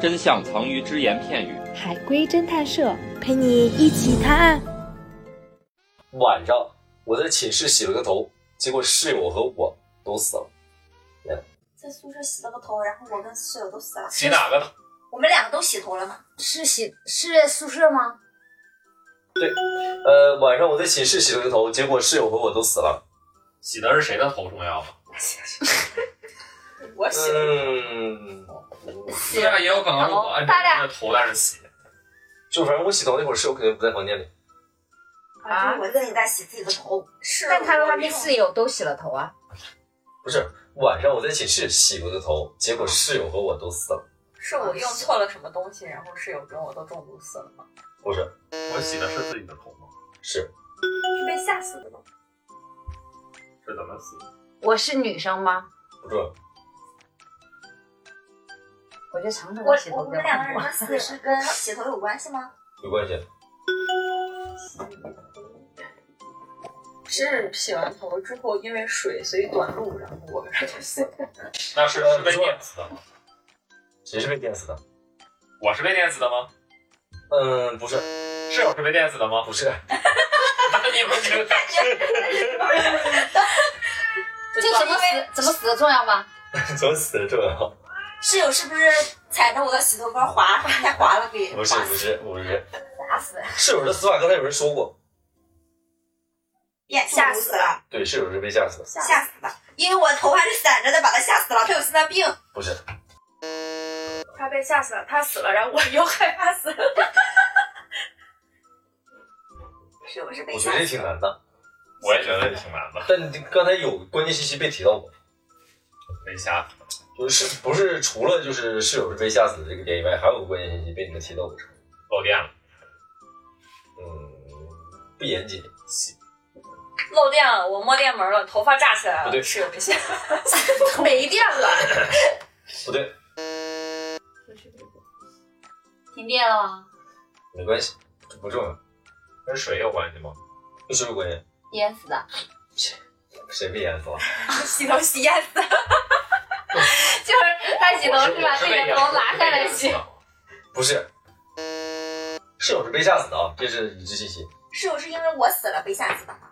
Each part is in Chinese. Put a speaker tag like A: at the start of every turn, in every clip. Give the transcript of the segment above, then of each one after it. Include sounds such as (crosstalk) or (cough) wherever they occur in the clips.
A: 真相藏于只言片语。
B: 海龟侦探社陪你一起探案。
C: 晚上我在寝室洗了个头，结果室友和我都死了。
D: 在宿舍洗了个头，然后我跟室友都死了。
E: 洗哪个呢？
D: 我们两个都洗头了嘛？
F: 是洗是在宿舍吗？
C: 呃，晚上我在寝室洗了个头，结果室友和我都死了。
E: 洗的是谁的头重要吗？
D: 我
C: 呃
D: 洗了。
C: 嗯，
E: 对啊，也有可能是我按照人的头在那洗。
C: 就反正我洗头那会儿，室友肯定不在房间里。
D: 啊，就是我自己在洗自己的头。
F: (laughs)
D: 是
F: 但他说他跟室友都洗了头啊。
C: 不是，晚上我在寝室洗了个头，结果室友和我都死了。
D: 是我用错了什么东西，然后室友跟我都中毒死了吗？
C: 不是，
E: 我洗的是自己的头吗？
C: 是
D: 是被吓死的吗？
E: 是怎么洗？
F: 我是女生吗？
C: 不重要。
F: 我觉得尝尝
D: 我
F: 洗头
D: 我
F: 比较
D: 们两个
F: 好
D: 人
F: 玩。
D: 的死是跟洗头有关系吗？
C: 有关系。
D: 是洗完头之后因为水所以短路，然后我跟他就死了。
E: 那是
C: 呃
E: 是被
C: 不错
E: 电死的吗？
C: 谁是被电死的？
E: 我是被电死的吗？
C: 嗯，不是，
E: 室友是被电死的吗？
C: 不是，
E: 你们这个
F: 这怎么死怎么死的重
D: (laughs)
F: 要吗？
C: 怎么死的重要？
D: 室友是不是踩着我的洗头膏滑，太滑了给
C: 不是，不是，不是。
D: 滑死了，
C: 室友的死法刚才有人说过，
D: 变
G: 吓死了，
C: 对，室友是被吓死的，
G: 吓死了！因为我头还是散着的，把他吓死了。他有心脏病，
C: 不是。
G: 他被吓死了，他死了，然后我又害怕死了。
D: 是不是被
C: 我
D: 吓
C: 觉
D: 死
C: 得这？挺
D: 了
C: 难的，
E: 我也觉得挺难的，
C: 但你刚才有关键信息被提到过，
E: 被吓死的。
C: 就是不是除了就是室友是被吓死的这个点以外，还有个关键信息被你们提到过。
E: 漏电了，
C: 嗯，不严谨，
D: 漏电了，我摸电门了，头发炸起来
C: 不对
D: 了，室友被吓。
F: 没电了，
C: 不对，
F: 停电了吗？
C: 没关系，这不重要，
E: 跟水有关系吗？
C: 不是关键，
F: 淹死的。
C: 谁被淹死了？
G: 洗头洗淹死了，
F: 就是他洗头是把
E: 我
F: 自己
E: 被
F: 的
E: 淹
F: 头
E: 死
F: 拿下来洗。。
C: 不是，室友是被吓死的啊，这是已知信息，
D: 室友是因为我死了被吓死的吗？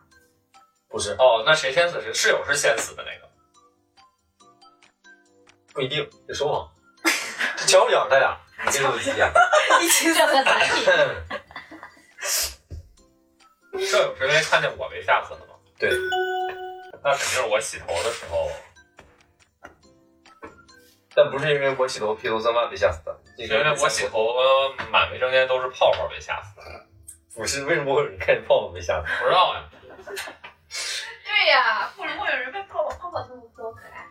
C: 不是，
E: 哦，那谁先死？是室友是先死的那个。
C: 不一定，你说谎，瞧不了他俩，你这种意见，
F: 这和咱比，
E: 舍友是因为看见我被吓死的吗？
C: (laughs) 对，
E: 那肯定是我洗头的时候，
C: 但不是因为我洗头披头散发被吓死的，
E: 是因为我洗头满卫生间都是泡泡被吓死的。
C: 不是为什么会有人看见泡泡被吓死？
E: 不知道呀，
F: 对呀、
G: 不能会有人被泡泡泡泡吐多可爱。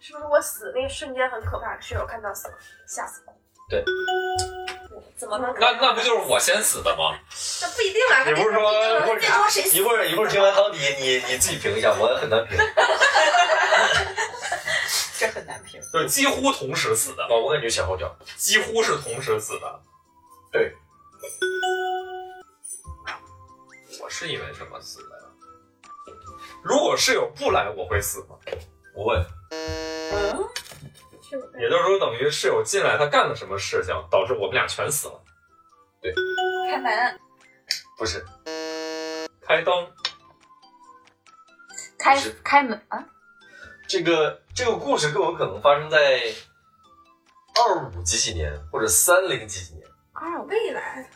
G: 是不是我死那一瞬间很可怕？室友看到死了，吓死了。
D: 怎么能？
E: 那那不就是我先死的吗？
G: 那不一定啊，
E: 你不是说
G: 那
E: 一会儿
G: 最
D: 啊
G: 多谁
C: 一会儿一会儿听完汤底，你你自己评一下，我很难评。
D: 这很难评。
E: 就是几乎同时死的，
C: 我我感觉前后脚，
E: 几乎是同时死的。
C: 对，
E: 我是因为什么死的呀？如果室友不来，我会死吗？
C: 我问，
E: 也就是说，等于室友进来，他干了什么事情，导致我们俩全死了。
D: 开门，
C: 不是
E: 开灯，
F: 开开门啊！
C: 这个这个故事更有可能发生在二五几几年或者三零几几年。
F: 二五
G: 未来？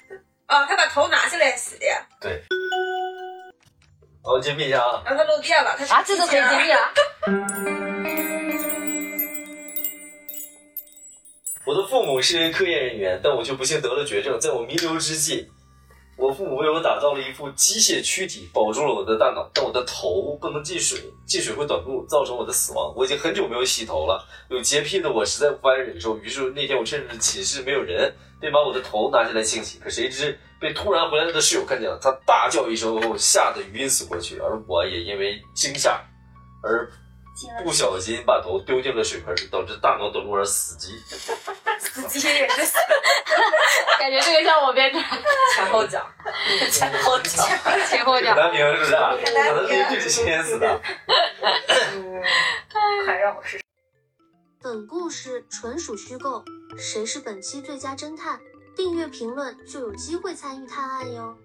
G: 哦，他把头拿下来洗，
C: 我揭秘一下啊，
G: 然后他漏电了，他是
F: 啊，这都
D: (laughs)
F: 可以揭秘了。
C: 我的父母是科研人员，但我却不幸得了绝症。在我弥留之际，我父母为我打造了一副机械躯体，保住了我的大脑，但我的头不能进水，进水会短路，造成我的死亡。我已经很久没有洗头了，有洁癖的我实在无法忍受。于是那天我趁着寝室没有人，便把我的头拿下来清洗。可谁知被突然回来的室友看见了，他大叫一声后吓得晕死过去，而我也因为惊吓而
D: 进了
C: 不小心把头丢进了水盆，导致大脑短路而死机。
G: 死机器人，
F: 感觉这个像我编的
D: 前后脚，前后脚。
F: 前后脚
C: 很。难评是不是？很
G: 难
C: 难评就是先死的。
G: 还让我试试。
H: 本故事纯属虚构，谁是本期最佳侦探？订阅评论就有机会参与探案哟。